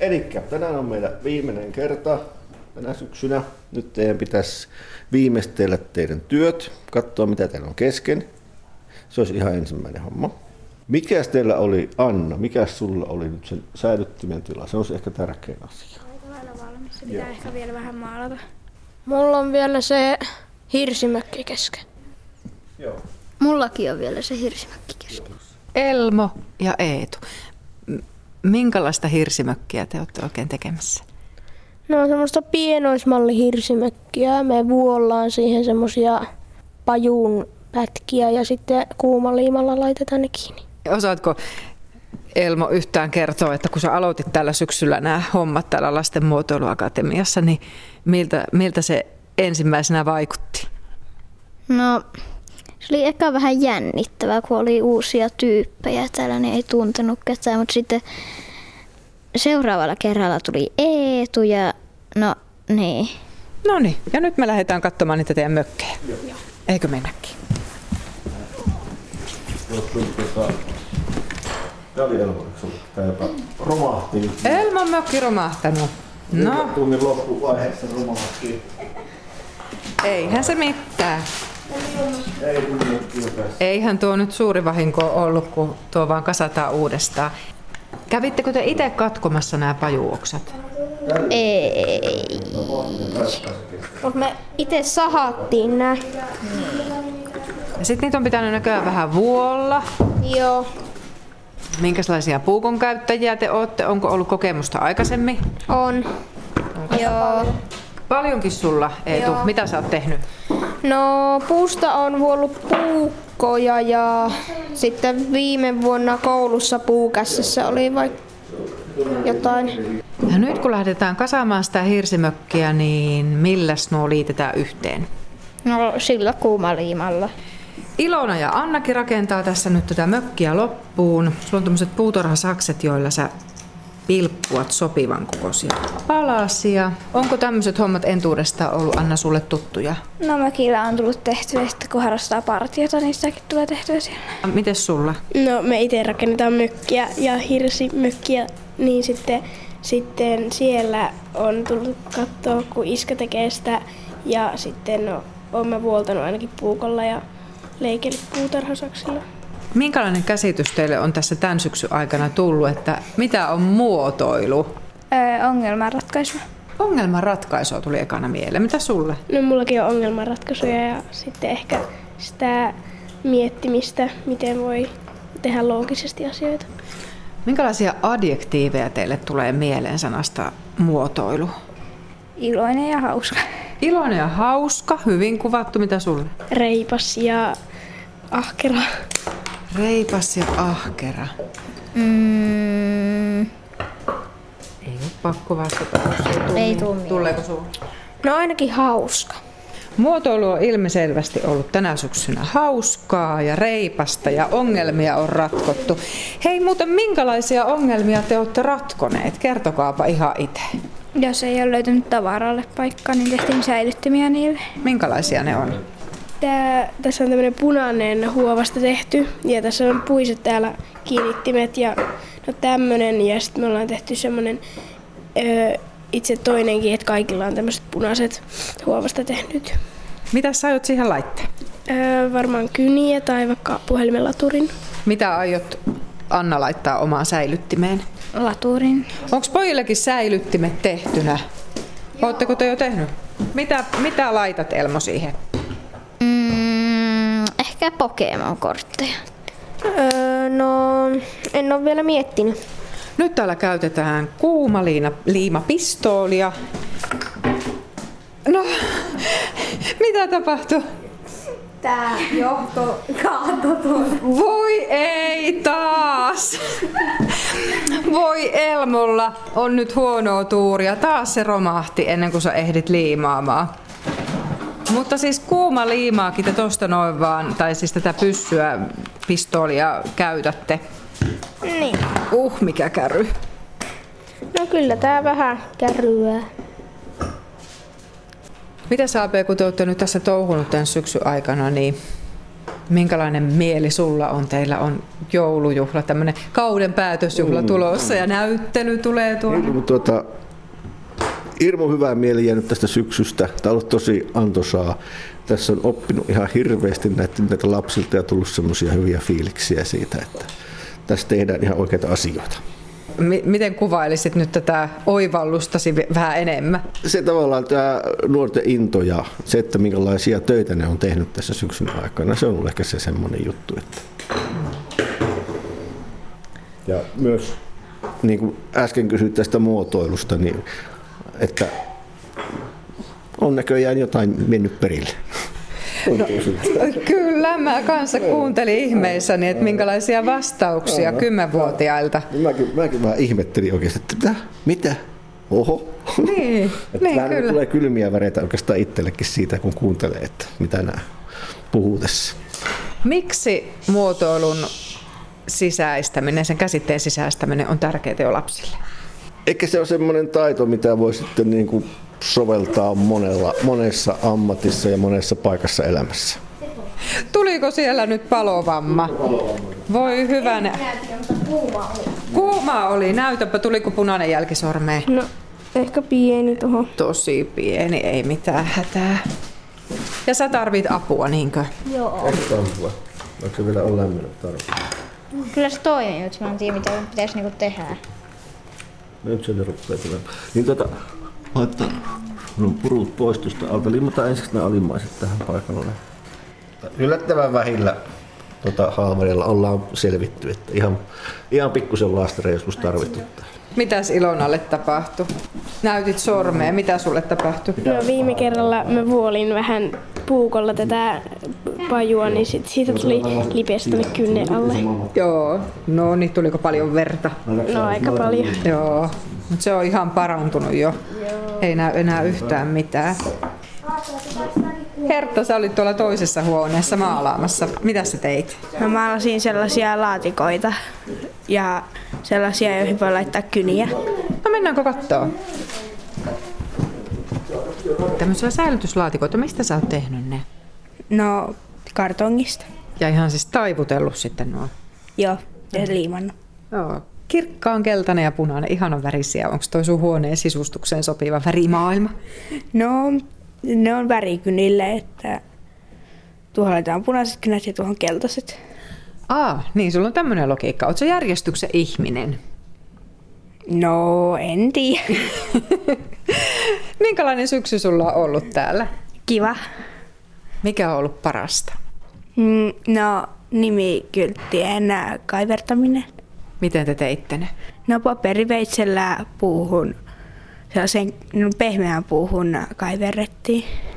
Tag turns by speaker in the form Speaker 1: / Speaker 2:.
Speaker 1: Eli tänään on meillä viimeinen kerta tänä syksynä. Nyt teidän pitäisi viimeistellä teidän työt, katsoa mitä teillä on kesken. Se olisi ihan ensimmäinen homma. Mikäs teillä oli, Anna, mikäs sulla oli nyt sen säilyttimen tila? Se olisi ehkä tärkein asia.
Speaker 2: Aika lailla valmis. Se pitää
Speaker 1: Joo.
Speaker 2: ehkä vielä vähän maalata.
Speaker 3: Mulla on vielä se hirsimökki kesken.
Speaker 1: Joo.
Speaker 4: Mullakin on vielä se hirsimäkki kesken.
Speaker 5: Elmo ja Eetu, m- minkälaista hirsimökkiä te olette oikein tekemässä?
Speaker 3: No on semmoista pienoismalli hirsimökkiä. Me vuollaan siihen semmosia pajun pätkiä ja sitten kuumaliimalla laitetaan ne kiinni.
Speaker 5: Osaatko Elmo yhtään kertoa, että kun sä aloitit tällä syksyllä nämä hommat täällä Lasten muotoiluakatemiassa, niin miltä, miltä se ensimmäisenä vaikutti?
Speaker 4: No, se oli eka vähän jännittävää, kun oli uusia tyyppejä täällä, niin ei tuntenut ketään, mutta sitten seuraavalla kerralla tuli Eetu ja no niin.
Speaker 5: No niin, ja nyt me lähdetään katsomaan niitä teidän mökkejä. Eikö mennäkin?
Speaker 1: Tämä tuota, oli Elmonen sulla. Tämä jopa romahti. nyt.
Speaker 5: Elmon mökki romahtanut. No,
Speaker 1: Tunnin loppuvaiheessa romahti.
Speaker 5: eihän se mitään.
Speaker 1: Ei tunnin tässä.
Speaker 5: Eihän tuo nyt suuri vahinko ollut, kun tuo vaan kasataan uudestaan. Kävittekö te itse katkomassa nämä pajuoksat?
Speaker 4: Ei.
Speaker 3: Mut me itse sahattiin nää.
Speaker 5: Sitten niitä on pitänyt näköjään vähän vuolla.
Speaker 3: Joo.
Speaker 5: Minkälaisia puukon käyttäjiä te olette? Onko ollut kokemusta aikaisemmin?
Speaker 3: On. Joo.
Speaker 5: Paljonkin sulla, Eetu. Joo. Mitä sä oot tehnyt?
Speaker 3: No puusta on vuollut puukkoja ja sitten viime vuonna koulussa puukässässä oli vai jotain.
Speaker 5: Ja nyt kun lähdetään kasaamaan sitä hirsimökkiä, niin milläs nuo liitetään yhteen?
Speaker 4: No sillä kuumaliimalla.
Speaker 5: Ilona ja Annakin rakentaa tässä nyt tätä mökkiä loppuun. Sulla on tämmöiset puutarhasakset, joilla sä pilppuat sopivan kokoisia palasia. Onko tämmöiset hommat entuudestaan ollut Anna sulle tuttuja?
Speaker 2: No mökillä on tullut tehtyä, ja sitten kun harrastaa partiota, niin sitäkin tulee tehtyä siellä.
Speaker 5: Miten sulla?
Speaker 6: No me itse rakennetaan mökkiä ja hirsimökkiä, niin sitten, sitten siellä on tullut katsoa, kun iskä tekee sitä. Ja sitten no, olen vuoltanut ainakin puukolla ja leikellyt puutarhasaksilla.
Speaker 5: Minkälainen käsitys teille on tässä tämän syksyn aikana tullut, että mitä on muotoilu?
Speaker 2: Öö, ongelmanratkaisu.
Speaker 5: Ongelmanratkaisua tuli ekana mieleen. Mitä sulle?
Speaker 6: No mullakin on ongelmanratkaisuja ja sitten ehkä sitä miettimistä, miten voi tehdä loogisesti asioita.
Speaker 5: Minkälaisia adjektiiveja teille tulee mieleen sanasta muotoilu?
Speaker 2: Iloinen ja hauska.
Speaker 5: Iloinen ja hauska, hyvin kuvattu. Mitä sulle?
Speaker 6: Reipas ja ahkera.
Speaker 5: Reipas ja ahkera.
Speaker 4: Mm,
Speaker 5: Ei ole pakko vastata, jos ei tule. niin
Speaker 4: Ei tuu mieleen.
Speaker 5: Tuleeko sulla?
Speaker 3: No ainakin hauska.
Speaker 5: Muotoilu on ilmiselvästi ollut tänä syksynä hauskaa ja reipasta ja ongelmia on ratkottu. Hei muuten, minkälaisia ongelmia te olette ratkoneet? Kertokaapa ihan itse.
Speaker 2: Jos ei ole löytynyt tavaralle paikkaa, niin tehtiin säilyttimiä niille.
Speaker 5: Minkälaisia ne on?
Speaker 6: Tää, tässä on tämmöinen punainen huovasta tehty ja tässä on puiset täällä kiinnittimet ja no tämmönen ja sitten me ollaan tehty semmoinen öö, itse toinenkin, että kaikilla on tämmöiset punaiset huovasta tehnyt.
Speaker 5: Mitä sä aiot siihen laittaa?
Speaker 6: Öö, varmaan kyniä tai vaikka puhelimelaturin.
Speaker 5: Mitä aiot Anna laittaa omaan säilyttimeen?
Speaker 2: Laturin.
Speaker 5: Onko pojillekin säilyttimet tehtynä? Oletteko te jo tehnyt? Mitä, mitä laitat Elmo siihen?
Speaker 4: mm, ehkä Pokemon-kortteja.
Speaker 3: Öö, no en ole vielä miettinyt.
Speaker 5: Nyt täällä käytetään kuumaliina liimapistoolia. No, mitä tapahtui?
Speaker 3: Tää johto kaato
Speaker 5: Voi ei taas! Voi Elmolla on nyt huonoa tuuria. Taas se romahti ennen kuin sä ehdit liimaamaan. Mutta siis kuuma liimaakin te tosta noin vaan, tai siis tätä pyssyä, pistoolia käytätte.
Speaker 3: Niin.
Speaker 5: Uh, mikä käry.
Speaker 3: No kyllä tää vähän kärryää.
Speaker 5: Mitä sä AP, kun te olette nyt tässä touhunut tämän syksyn aikana, niin Minkälainen mieli sulla on? Teillä on joulujuhla, tämmöinen kauden päätösjuhla mm. tulossa ja näyttely tulee tuolla.
Speaker 1: Ei, mutta tuota, Irmo hyvää mieli jäänyt tästä syksystä. Tämä on ollut tosi antoisaa. Tässä on oppinut ihan hirveästi näitä, näitä lapsilta ja tullut semmoisia hyviä fiiliksiä siitä, että tässä tehdään ihan oikeita asioita.
Speaker 5: Mi- Miten kuvailisit nyt tätä oivallustasi vi- vähän enemmän?
Speaker 1: Se tavallaan tämä nuorten into ja se, että minkälaisia töitä ne on tehnyt tässä syksyn aikana, se on ollut ehkä se semmoinen juttu. Että... Ja myös niin kuin äsken kysyit tästä muotoilusta, niin että on näköjään jotain mennyt perille.
Speaker 5: No.
Speaker 1: Tuntuu siltä.
Speaker 5: Kyllä, mä kanssa kuuntelin ihmeissäni, että minkälaisia vastauksia kymmenvuotiailta.
Speaker 1: Mäkin, mäkin vähän ihmettelin oikeasti, että mitä? Mitä? Oho.
Speaker 5: Niin,
Speaker 1: Että
Speaker 5: niin
Speaker 1: vähän
Speaker 5: kyllä.
Speaker 1: tulee kylmiä väreitä oikeastaan itsellekin siitä, kun kuuntelee, että mitä nämä puhuu tässä.
Speaker 5: Miksi muotoilun sisäistäminen, sen käsitteen sisäistäminen on tärkeää jo lapsille?
Speaker 1: Ehkä se on semmoinen taito, mitä voi sitten niin kuin soveltaa monella, monessa ammatissa ja monessa paikassa elämässä.
Speaker 5: Tuliko siellä nyt palovamma? Voi hyvänä. Kuuma oli. Näytäpä, tuliko punainen jälki sormeen.
Speaker 3: No, ehkä pieni tuohon.
Speaker 5: Tosi pieni, ei mitään hätää. Ja sä tarvit apua, niinkö?
Speaker 1: Onko se vielä on lämminnyt tarpeeksi?
Speaker 4: Kyllä se toimii, mutta mä en tiedä mitä pitäisi niinku tehdä.
Speaker 1: No Nyt se rupeaa tulemaan. Niin tota, laittaa mun purut pois tuosta alta. Limataan ensiksi nämä alimaiset tähän paikalle. Yllättävän vähillä tota, haamarilla ollaan selvitty, että ihan, ihan pikkusen laastaria joskus tarvittu.
Speaker 5: Mitäs Ilonalle tapahtui? Näytit sormeen, mitä sulle tapahtui?
Speaker 6: No viime kerralla mä vuolin vähän puukolla tätä pajua, niin sit siitä tuli lipeästä tänne kynne alle.
Speaker 5: Joo, no niin, tuliko paljon verta?
Speaker 6: No aika paljon.
Speaker 5: Joo, mutta se on ihan parantunut jo. Ei näy enää yhtään mitään. Hertta, sä olit tuolla toisessa huoneessa maalaamassa. Mitä sä teit?
Speaker 7: No maalasin sellaisia laatikoita ja sellaisia, joihin voi laittaa kyniä.
Speaker 5: No mennäänkö kattoo? Tämmöisiä säilytyslaatikoita, mistä sä oot tehnyt ne?
Speaker 7: No kartongista.
Speaker 5: Ja ihan siis taivutellut sitten nuo.
Speaker 7: Joo, ja liimannut.
Speaker 5: Joo. Kirkkaan keltainen ja punainen, ihanan värisiä. Onko toi sun huoneen sisustukseen sopiva värimaailma?
Speaker 7: No, ne on värikynille, että tuohon laitetaan punaiset kynät ja tuohon keltaiset.
Speaker 5: Aa, niin sulla on tämmöinen logiikka. Oot sä järjestyksen ihminen?
Speaker 7: No, en tiedä.
Speaker 5: Minkälainen syksy sulla on ollut täällä?
Speaker 7: Kiva.
Speaker 5: Mikä on ollut parasta?
Speaker 7: Mm, No, nimikylttien ää, kaivertaminen.
Speaker 5: Miten te teitte ne?
Speaker 7: No, paperiveitsellä puuhun, sellaisen no, pehmeään puuhun ää, kaiverrettiin.